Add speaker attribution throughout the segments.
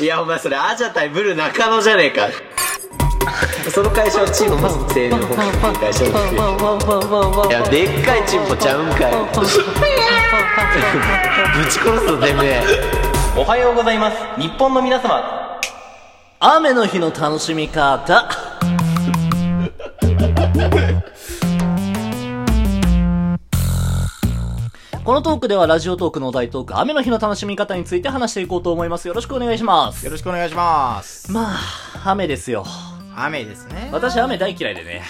Speaker 1: いやお前それアジャ対ブル中野じゃねえかその会社はチンポマスク製の本格的会社ですよいやでっかいチンポちゃうんかいぶち殺すぞてめえ
Speaker 2: おはようございます日本の皆様
Speaker 3: 雨の日の楽しみ方。 このトークではラジオトークのお題トーク、雨の日の楽しみ方について話していこうと思います。よろしくお願いします。
Speaker 4: よろしくお願いします。
Speaker 3: まあ、雨ですよ。
Speaker 4: 雨ですね。
Speaker 3: 私雨大嫌いでね。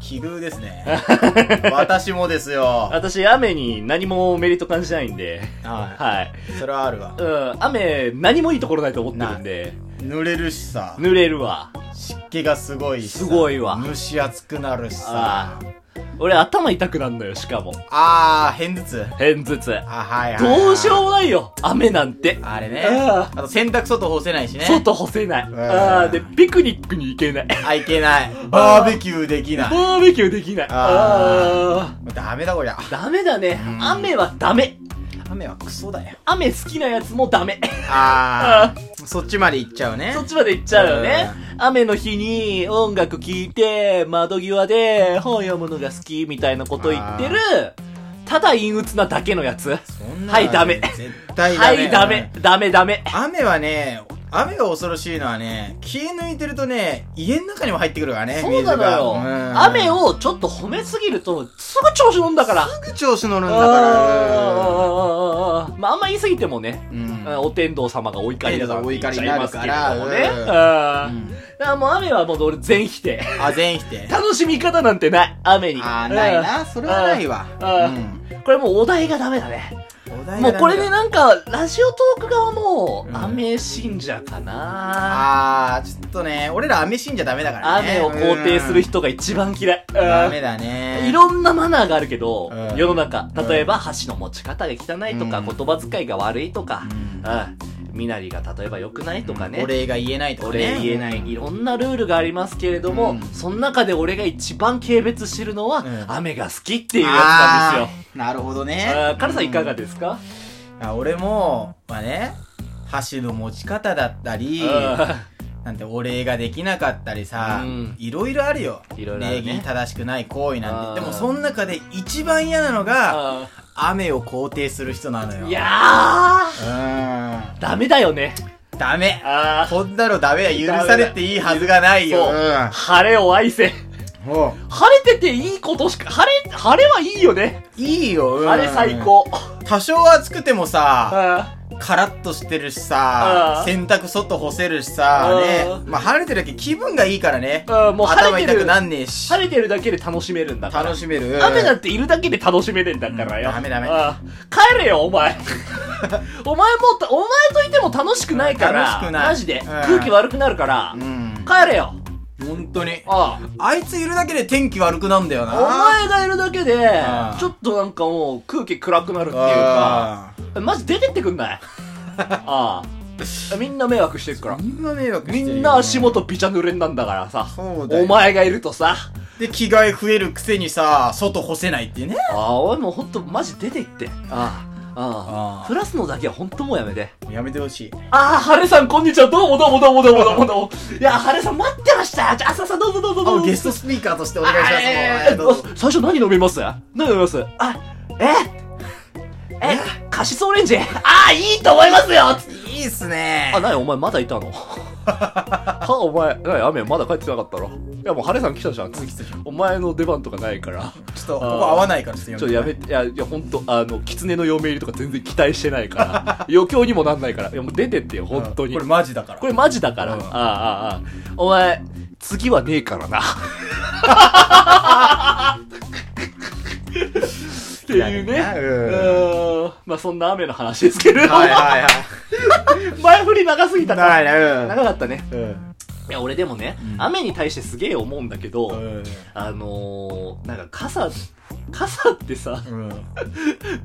Speaker 4: 奇遇ですね。 私もですよ。
Speaker 3: 私雨に何もメリット感じないんで。
Speaker 4: は
Speaker 3: はい。
Speaker 4: い。それはあるわ
Speaker 3: う。ん、雨何もいいところないと思ってるんで、
Speaker 4: 濡れるしさ。
Speaker 3: 濡れるわ。
Speaker 4: 湿気がすごいしさ。
Speaker 3: すごいわ
Speaker 4: 蒸し暑くなるしさ
Speaker 3: あ。俺頭痛くなるのよ、しかも。
Speaker 4: あー、偏頭痛。
Speaker 3: 偏頭痛。
Speaker 4: あ、はいはいはい。
Speaker 3: どうしようもないよ雨なんて
Speaker 4: あれね。
Speaker 3: あ
Speaker 4: あと洗濯外干せないしね。
Speaker 3: 外干せない。
Speaker 4: ん
Speaker 3: ああ、で、ピクニックに行けない。
Speaker 4: あ、いけない。バーベキューできない。
Speaker 3: バーベキューできない。あ
Speaker 4: あダメだこりゃ。
Speaker 3: あ、ダメだね。雨はダメ。
Speaker 4: 雨はクソだよ。
Speaker 3: 雨好きなやつもダメ。
Speaker 4: あー、そっちまで行っちゃうね
Speaker 3: そ。っちまで行っちゃうよね。雨の日に音楽聴いて、窓際で本読むのが好きみたいなこと言ってる、ただ陰鬱なだけのやつ。
Speaker 4: そんな
Speaker 3: はいダメ
Speaker 4: 絶対ダ
Speaker 3: は
Speaker 4: メ。
Speaker 3: い、ダメ。。ダメダメ。
Speaker 4: 雨はね、雨が恐ろしいのはね、気抜いてるとね、家の中にも入ってくるからね、
Speaker 3: そうなのよ。
Speaker 4: 水がうん
Speaker 3: 雨をちょっと褒めすぎると、すぐ調子乗んだから。
Speaker 4: すぐ調子乗るんだか
Speaker 3: あーまあ、あんま言い過ぎてもね、
Speaker 4: ら。うん
Speaker 3: あお天道様がお怒りだから
Speaker 4: お怒りになるから
Speaker 3: 言っちゃいますけれどもね。
Speaker 4: うん
Speaker 3: あー
Speaker 4: うん
Speaker 3: だからもう雨はもう俺全否定。
Speaker 4: あ、全否定。
Speaker 3: 楽しみ方なんてない、雨に。
Speaker 4: あー、ないな。それはないわ。
Speaker 3: あーうん。これもうお題がダメだね。
Speaker 4: うん
Speaker 3: もうこれで。なんか、ラジオトーク側も、
Speaker 4: うん
Speaker 3: 雨信者かな、
Speaker 4: あー、ちょっとね、俺ら雨信じゃダメだからね。
Speaker 3: 雨を肯定する人が一番嫌い。うん
Speaker 4: うん。ダメだね。
Speaker 3: いろんなマナーがあるけど、
Speaker 4: うん
Speaker 3: 世の中。例えば、箸の持ち方が汚いとか、
Speaker 4: うん
Speaker 3: 言葉遣いが悪いとか、
Speaker 4: うん
Speaker 3: うん。身なりが例えば良くないとかね。
Speaker 4: お礼が言えないとか
Speaker 3: お
Speaker 4: ね。
Speaker 3: 礼言えない、いろんなルールがありますけれども、
Speaker 4: うん
Speaker 3: その中で俺が一番軽蔑してるのは、
Speaker 4: うん
Speaker 3: 雨が好きっていうやつなんですよ。
Speaker 4: すよ。なるほどね。
Speaker 3: あーカラさんいかがですか、
Speaker 4: あ俺も、まあね、箸の持ち方だったり、
Speaker 3: あ
Speaker 4: なんてお礼ができなかったりさ
Speaker 3: うん、
Speaker 4: いろいろあるよ。
Speaker 3: いろいろあるね
Speaker 4: 礼儀正しくない行為なんて。
Speaker 3: あー
Speaker 4: でも、その中で一番嫌なのが、
Speaker 3: ー
Speaker 4: 雨を肯定する人なのよ。
Speaker 3: いや
Speaker 4: うーん。
Speaker 3: ー、ダメだよね。
Speaker 4: ダメ。
Speaker 3: あ
Speaker 4: こんなのダメだ。許されていいはずがないよ。
Speaker 3: ー晴れを愛せ。
Speaker 4: うんも
Speaker 3: 晴れてていいことしか、晴れ、晴れはいいよね。
Speaker 4: う、いいよ。うん
Speaker 3: 晴れ最。高。
Speaker 4: 多少暑くてもさ、
Speaker 3: あ
Speaker 4: カラッとしてるしさ
Speaker 3: あ、ー
Speaker 4: 洗濯外干せるしさ、
Speaker 3: あー
Speaker 4: ね。まあ、晴れてるだけ気分がいいからね。
Speaker 3: ーもう晴
Speaker 4: 頭
Speaker 3: れて
Speaker 4: 痛く
Speaker 3: る、
Speaker 4: なんねえし。
Speaker 3: 晴れてるだけで楽しめるんだから。
Speaker 4: 楽しめる。
Speaker 3: 雨なんているだけで楽しめるんだからよ。
Speaker 4: うんダメダメ
Speaker 3: ああ帰れよ、お 前。お前もた、お前といても楽しくないから。
Speaker 4: 楽しくない
Speaker 3: マジで。
Speaker 4: うん
Speaker 3: 空気悪くなるから。
Speaker 4: うん。
Speaker 3: 帰れよ。
Speaker 4: 本当に。
Speaker 3: あ
Speaker 4: あいついるだけで天気悪くなんだよ
Speaker 3: あ
Speaker 4: な。
Speaker 3: お前がいるだけで
Speaker 4: あ、あ
Speaker 3: ちょっとなんかもう空気暗くなるっていうか、
Speaker 4: あ
Speaker 3: マジ出てってくん ないああ。みんな迷惑してるから
Speaker 4: ー。みんな迷惑して
Speaker 3: み
Speaker 4: るよ
Speaker 3: んな足。元びちゃ濡れんなんだからさ。
Speaker 4: そうだよ
Speaker 3: お前がいるとさ。
Speaker 4: で、着替え増えるくせにさ、外干せないっていうね。
Speaker 3: ああ、おいもうほんとマジ出てって。ああ。あ
Speaker 4: あ
Speaker 3: あ。
Speaker 4: あ
Speaker 3: プラスのだけはほんともうやめて。
Speaker 4: やめてほしい。
Speaker 3: あー、晴れさん、こんにちは。どうもどうもどうもどうもどうもどうも。いやー、晴れさん、待ってました。じゃあ、朝さん、どうぞどうぞどう
Speaker 4: あ、
Speaker 3: ぞ。
Speaker 4: ゲストスピーカーとしてお願いします。
Speaker 3: あえー
Speaker 4: どうぞ
Speaker 3: 最初何飲みます何飲みますあ、ええ、カシスオレンジ。あー、いいと思いますよ。
Speaker 4: いいっすね
Speaker 3: あ、。なにお前まだい たのは、お前、なに雨まだ帰ってなかったろ。いや、もう晴れさん来たじゃん。
Speaker 4: 次来たじゃん
Speaker 3: お前の出番とかないから。
Speaker 4: ちょっと、ここ合わないから、ちょ
Speaker 3: ちょっとやめて、いや、いや、ほんと、あの、狐の嫁入りとか全然期待してない から。余興にもなんないから。いや、もう出てってよ、ほんとに。
Speaker 4: これマジだから。
Speaker 3: これマジだから。あ
Speaker 4: うん
Speaker 3: あ、ああ、お前、次はねえからな。っていうね。
Speaker 4: 嫌だな
Speaker 3: うん。まあそんな雨の話ですけれども、
Speaker 4: はいはいは
Speaker 3: 前振り長すぎた
Speaker 4: い。
Speaker 3: な。
Speaker 4: ないね。
Speaker 3: 長かったね。
Speaker 4: うん。
Speaker 3: いや、俺でもね、
Speaker 4: うん
Speaker 3: 雨に対してすげえ思うんだけど、
Speaker 4: うん。
Speaker 3: あのー、なんか傘、傘ってさ、
Speaker 4: うん。うん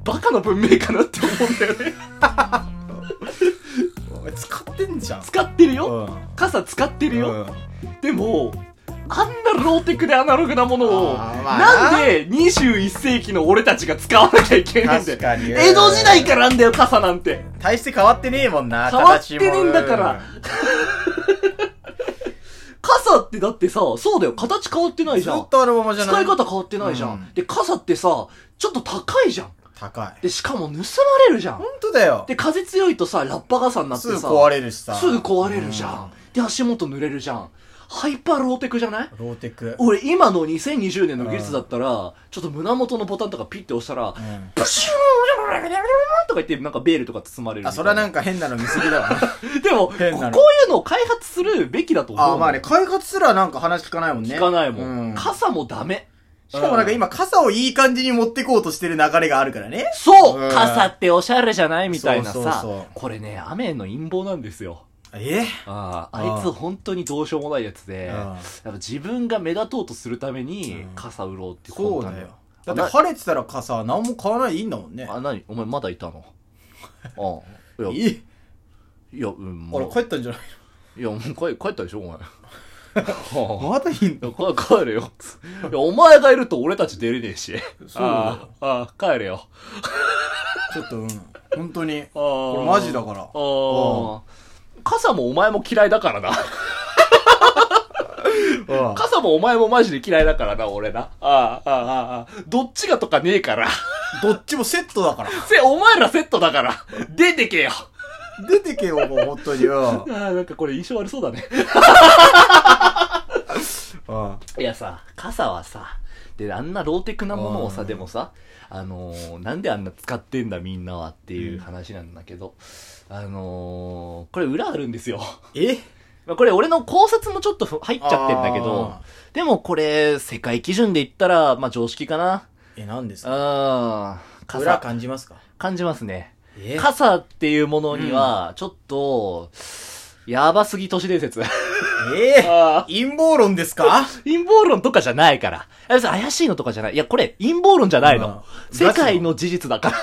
Speaker 3: バカの文明かなって思うんだよね。
Speaker 4: お前使ってんじゃん。
Speaker 3: 使ってるよ、
Speaker 4: ん。
Speaker 3: 傘使ってるよ、でも、あんなローテクでアナログなものを、
Speaker 4: あーまあ
Speaker 3: なんで21世紀の俺たちが使わなきゃいけないんだよ。
Speaker 4: 確かに
Speaker 3: 江戸時代からなんだよ、傘なんて。
Speaker 4: 大して変わってねえもんな、
Speaker 3: 変わって
Speaker 4: 形も
Speaker 3: ねえんだから。傘ってだってさ、そうだよ、形変わってな
Speaker 4: うん
Speaker 3: い
Speaker 4: ず
Speaker 3: じゃん
Speaker 4: っ。とあるままじゃな
Speaker 3: 使
Speaker 4: い
Speaker 3: い方変わってないじゃん。
Speaker 4: うん
Speaker 3: で、傘ってさ、ちょっと高いじゃん。
Speaker 4: 高い。
Speaker 3: で、しかも盗まれるじゃん
Speaker 4: ほ。んとだよ。
Speaker 3: で、風強いとさ、ラッパ傘になって
Speaker 4: す
Speaker 3: さ、
Speaker 4: ぐ壊れるしさ。
Speaker 3: すぐ壊れるじゃん。で、足元濡れるじゃん。ハイパーローテクじゃない
Speaker 4: うん。ローテク。
Speaker 3: 俺今の2020年の技術だったら、ちょっと胸元のボタンとかピッて押したら、
Speaker 4: うん
Speaker 3: プシューンとか言ってなんかベールとか包まれるみた
Speaker 4: あ、
Speaker 3: い
Speaker 4: それはなんか変なの見すぎだわ。
Speaker 3: でも、こういう
Speaker 4: 変なの
Speaker 3: のを開発するべきだと思うの。
Speaker 4: あ、まあね、開発すらなんか話聞かないもんね。
Speaker 3: 聞かないもん。
Speaker 4: うし
Speaker 3: 傘もダメ。
Speaker 4: かもなんか今、傘をいい感じに持ってこうとしてる流れがあるからね。
Speaker 3: そう、
Speaker 4: うん
Speaker 3: 傘っておしゃれじゃないみたいなさ。
Speaker 4: そうそうそう
Speaker 3: これね、雨の陰謀なんですよ。
Speaker 4: え
Speaker 3: ああ
Speaker 4: ああ
Speaker 3: あいつ本当にどうしようもないやつで、
Speaker 4: うん
Speaker 3: やっぱ自分が目立とうとするために
Speaker 4: うん
Speaker 3: 傘売ろうって
Speaker 4: そう
Speaker 3: なの
Speaker 4: だよ。だって晴れてたら傘は何も買わないでいいんだもんね。
Speaker 3: あ、なにお前まだいた のああ。いや、
Speaker 4: い
Speaker 3: いや、うん、
Speaker 4: 俺
Speaker 3: もう
Speaker 4: 帰ったんじゃない
Speaker 3: いや、もう帰帰ったでしょ、 お前。あ
Speaker 4: まだいいんだ。
Speaker 3: あ帰帰れよ。いや、お前がいると俺たち出れねえし。
Speaker 4: そう
Speaker 3: ああ、ああ帰れよ。
Speaker 4: ちょっとうん。本当に。
Speaker 3: ああ
Speaker 4: 俺マジだから
Speaker 3: ああ。傘もお前も嫌いだからな。
Speaker 4: うん
Speaker 3: 傘もお前もマジで嫌いだからな、俺な。ああ、ああ、ああ。どっちがとかねえから。
Speaker 4: どっちもセットだから。
Speaker 3: せ、お前らセットだから。出てけよ。
Speaker 4: 出てけよ、もう本当に。うん
Speaker 3: ああ、なんかこれ印象悪そうだね。
Speaker 4: うん
Speaker 3: いやさ、傘はさ、で、あんなローテクなものを
Speaker 4: う
Speaker 3: さ、
Speaker 4: ん
Speaker 3: でもさ、あのー、なんであんな使ってんだみんなはっていう話なんだけど、あのー、これ裏あるんですよ。
Speaker 4: え
Speaker 3: まあこれ俺の考察もちょっと入っちゃってんだけど
Speaker 4: あ、
Speaker 3: でもこれ、世界基準で言ったら、まあ常識かな。
Speaker 4: え、何ですか
Speaker 3: うん。
Speaker 4: 裏
Speaker 3: 傘、
Speaker 4: 感じますか
Speaker 3: 感じますね。
Speaker 4: え
Speaker 3: 傘っていうものには、ちょっと、やばすぎ都市伝説。
Speaker 4: え
Speaker 3: あ
Speaker 4: 陰謀論ですか
Speaker 3: 陰謀論とかじゃないから。あ別に怪しいのとかじゃない。いや、これ、陰謀論じゃないの。
Speaker 4: うん
Speaker 3: 世界の事実だから。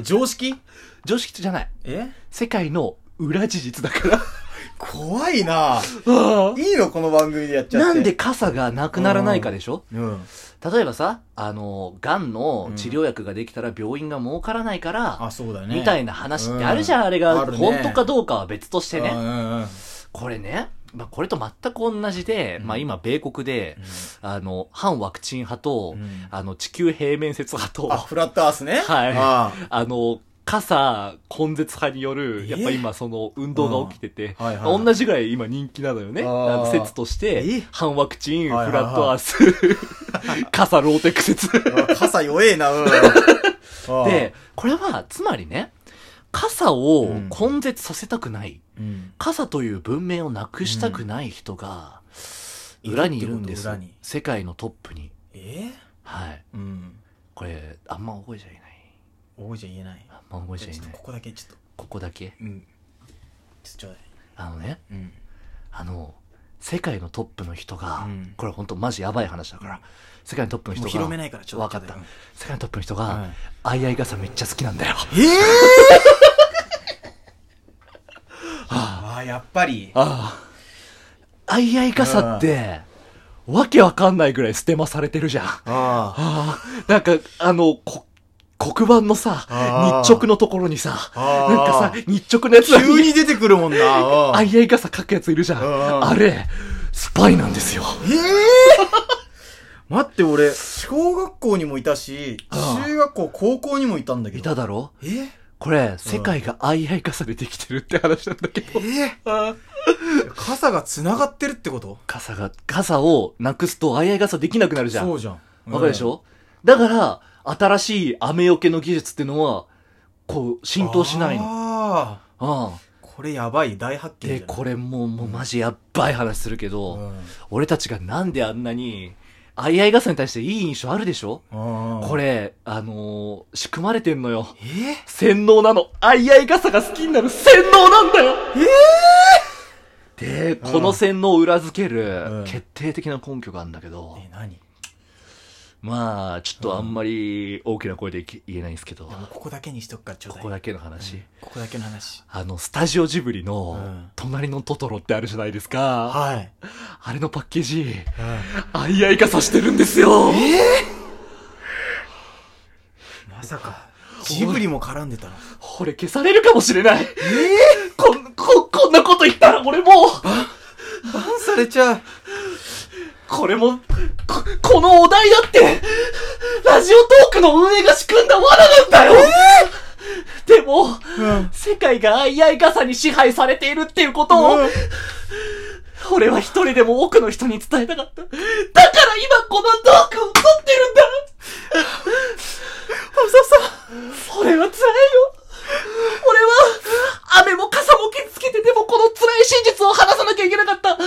Speaker 4: 常識
Speaker 3: 常識じゃない。
Speaker 4: え
Speaker 3: 世界の裏事実だから。
Speaker 4: 怖いな
Speaker 3: あ
Speaker 4: いいのこの番組でやっちゃって。
Speaker 3: なんで傘がなくならないかでしょ
Speaker 4: うん。
Speaker 3: 例えばさ、あの、癌の治療薬ができたら病院が儲からないから、
Speaker 4: あ、そうだね。
Speaker 3: みたいな話ってあるじゃん、
Speaker 4: うん
Speaker 3: あれが。
Speaker 4: あるね
Speaker 3: 本当かどうかは別として
Speaker 4: う
Speaker 3: ね。
Speaker 4: んうんうん
Speaker 3: これね、まあ、これと全く同じで、まあ、今、米国で、あの、反ワクチン派と、
Speaker 4: うん
Speaker 3: あの、地球平面説派と、
Speaker 4: あ、フラットアースね。
Speaker 3: はい。
Speaker 4: あ
Speaker 3: あの、傘、根絶派による、
Speaker 4: え
Speaker 3: やっぱ今その運動が起きてて、
Speaker 4: うんはいはい
Speaker 3: 同じぐらい今人気なのよね。
Speaker 4: あ
Speaker 3: あ
Speaker 4: ー
Speaker 3: の説として
Speaker 4: え、
Speaker 3: 反ワクチン、フ
Speaker 4: はいはいはい
Speaker 3: ラットアー ス、傘ローテック説。
Speaker 4: あ傘弱え な、うん。あ
Speaker 3: で、、これは、つまりね、傘を
Speaker 4: うん
Speaker 3: 根絶させたくない、
Speaker 4: うん
Speaker 3: 傘という文明をなくしたくない人が、
Speaker 4: うん
Speaker 3: 裏にいるんです
Speaker 4: いるってこと裏に。
Speaker 3: 世界のトップに。
Speaker 4: え
Speaker 3: はい。
Speaker 4: うん。
Speaker 3: これ、あんま覚えちゃいない。
Speaker 4: 多いじゃ言えない。
Speaker 3: あんま覚えちゃい
Speaker 4: ちょっ
Speaker 3: な
Speaker 4: と
Speaker 3: い
Speaker 4: こ。こだけ、ちょっと。
Speaker 3: ここだけ。
Speaker 4: うん。ちょっとちょうだい。
Speaker 3: あのね、
Speaker 4: うん。
Speaker 3: あの、世界のトップの人が、
Speaker 4: うん
Speaker 3: これ本当マジやばい話だから、世界のトップの人
Speaker 4: もう
Speaker 3: が、
Speaker 4: 広めないからちょっと
Speaker 3: 分かった
Speaker 4: うん。
Speaker 3: 世界のトップの人が、
Speaker 4: はい
Speaker 3: あいあい傘めっちゃ好きなんだよ。
Speaker 4: ええ ああ、やっぱり。
Speaker 3: ああ。あいあい傘って、わけわかんないぐらいステマされてるじゃん。あ
Speaker 4: あ
Speaker 3: あ。なんか、あの、こ黒板のさ
Speaker 4: あ、ー
Speaker 3: 日直のところにさ、
Speaker 4: あー
Speaker 3: なんかさ、日直のやつら
Speaker 4: 急に出てくるもんな。
Speaker 3: あいあい傘書くやついるじゃん。
Speaker 4: うん
Speaker 3: あれ、スパイなんですよ。
Speaker 4: ええ待って、俺、小学校にもいたし、
Speaker 3: ああ
Speaker 4: 中学校、高校にもいたんだけ
Speaker 3: い
Speaker 4: ど。
Speaker 3: ただろ
Speaker 4: え
Speaker 3: これ、世界があいあい傘でできてるって話なんだけど。
Speaker 4: え傘が繋がってるってこと
Speaker 3: 傘が、傘をなくすとあいあい傘できなくなるじゃん。
Speaker 4: そ
Speaker 3: わ
Speaker 4: うじゃん。
Speaker 3: かるでしょだから、新しい雨よけの技術ってのは、こう、
Speaker 4: うん
Speaker 3: 浸透しないの。
Speaker 4: ああ。
Speaker 3: あ
Speaker 4: これやばい、大発見じゃ
Speaker 3: で、
Speaker 4: ん。
Speaker 3: これもう、もうマジやっばい話するけど、
Speaker 4: うん
Speaker 3: 俺たちがなんであんなに、あいあい傘に対していい印象あるでしょ、
Speaker 4: ああ
Speaker 3: これ、あのー仕組まれてんのよ。
Speaker 4: ええ
Speaker 3: 洗脳なの。あいあい傘が好きになる洗脳なんだよで、この洗脳を裏付け
Speaker 4: う
Speaker 3: る
Speaker 4: ん
Speaker 3: 決定的な根拠があるんだけど、
Speaker 4: え、何
Speaker 3: まあ、ちょっとあんまり大きな声で言えないんですけど、
Speaker 4: もう
Speaker 3: こ
Speaker 4: ここだけにしとくからちょうだい
Speaker 3: こだけの話。
Speaker 4: ここだけの話
Speaker 3: あの、スタジオジブリの
Speaker 4: うん、
Speaker 3: 隣のトトロってあるじゃないですか。
Speaker 4: はい、
Speaker 3: あれのパッケージ、あいあい傘してるんですよ。
Speaker 4: まさかジブリも絡んでたの
Speaker 3: 俺消されるかもしれない。えこん、こ、こんなこと言ったら俺もう、
Speaker 4: バンされちゃう
Speaker 3: これも、こ、このお題だって、ラジオトークの運営が仕組んだ罠なんだよ、でも、
Speaker 4: うん
Speaker 3: 世界があいあい傘に支配されているっていうことを、俺は一人でも多くの人に伝えたかった。だから今このトークを撮ってるんだあささん、それは辛いよ。俺は、雨も傘も傷つけてでもこの辛い真実を話さなきゃいけなかった。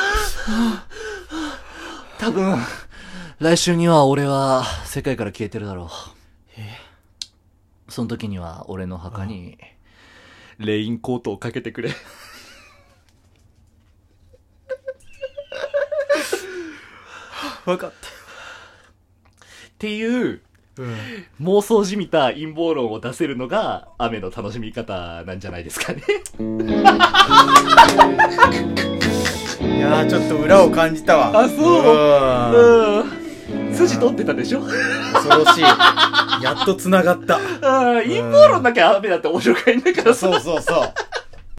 Speaker 3: 多分、来週には俺は世界から消えてるだろう。その時には俺の墓に、レインコートをかけてくれ。
Speaker 4: 分かっ
Speaker 3: っていう
Speaker 4: た、うん、
Speaker 3: 妄想じみた陰謀論を出せるのが雨の楽しみ方なんじゃないですかね。
Speaker 4: いやーちょっと裏を感じたわ
Speaker 3: あ
Speaker 4: そう
Speaker 3: うん。筋取ってたでしょ
Speaker 4: 恐ろしいやっとつながっ
Speaker 3: あ
Speaker 4: た
Speaker 3: あ、陰謀論なきゃ雨だって面白くないんだから
Speaker 4: そ
Speaker 3: さ。
Speaker 4: うそうそう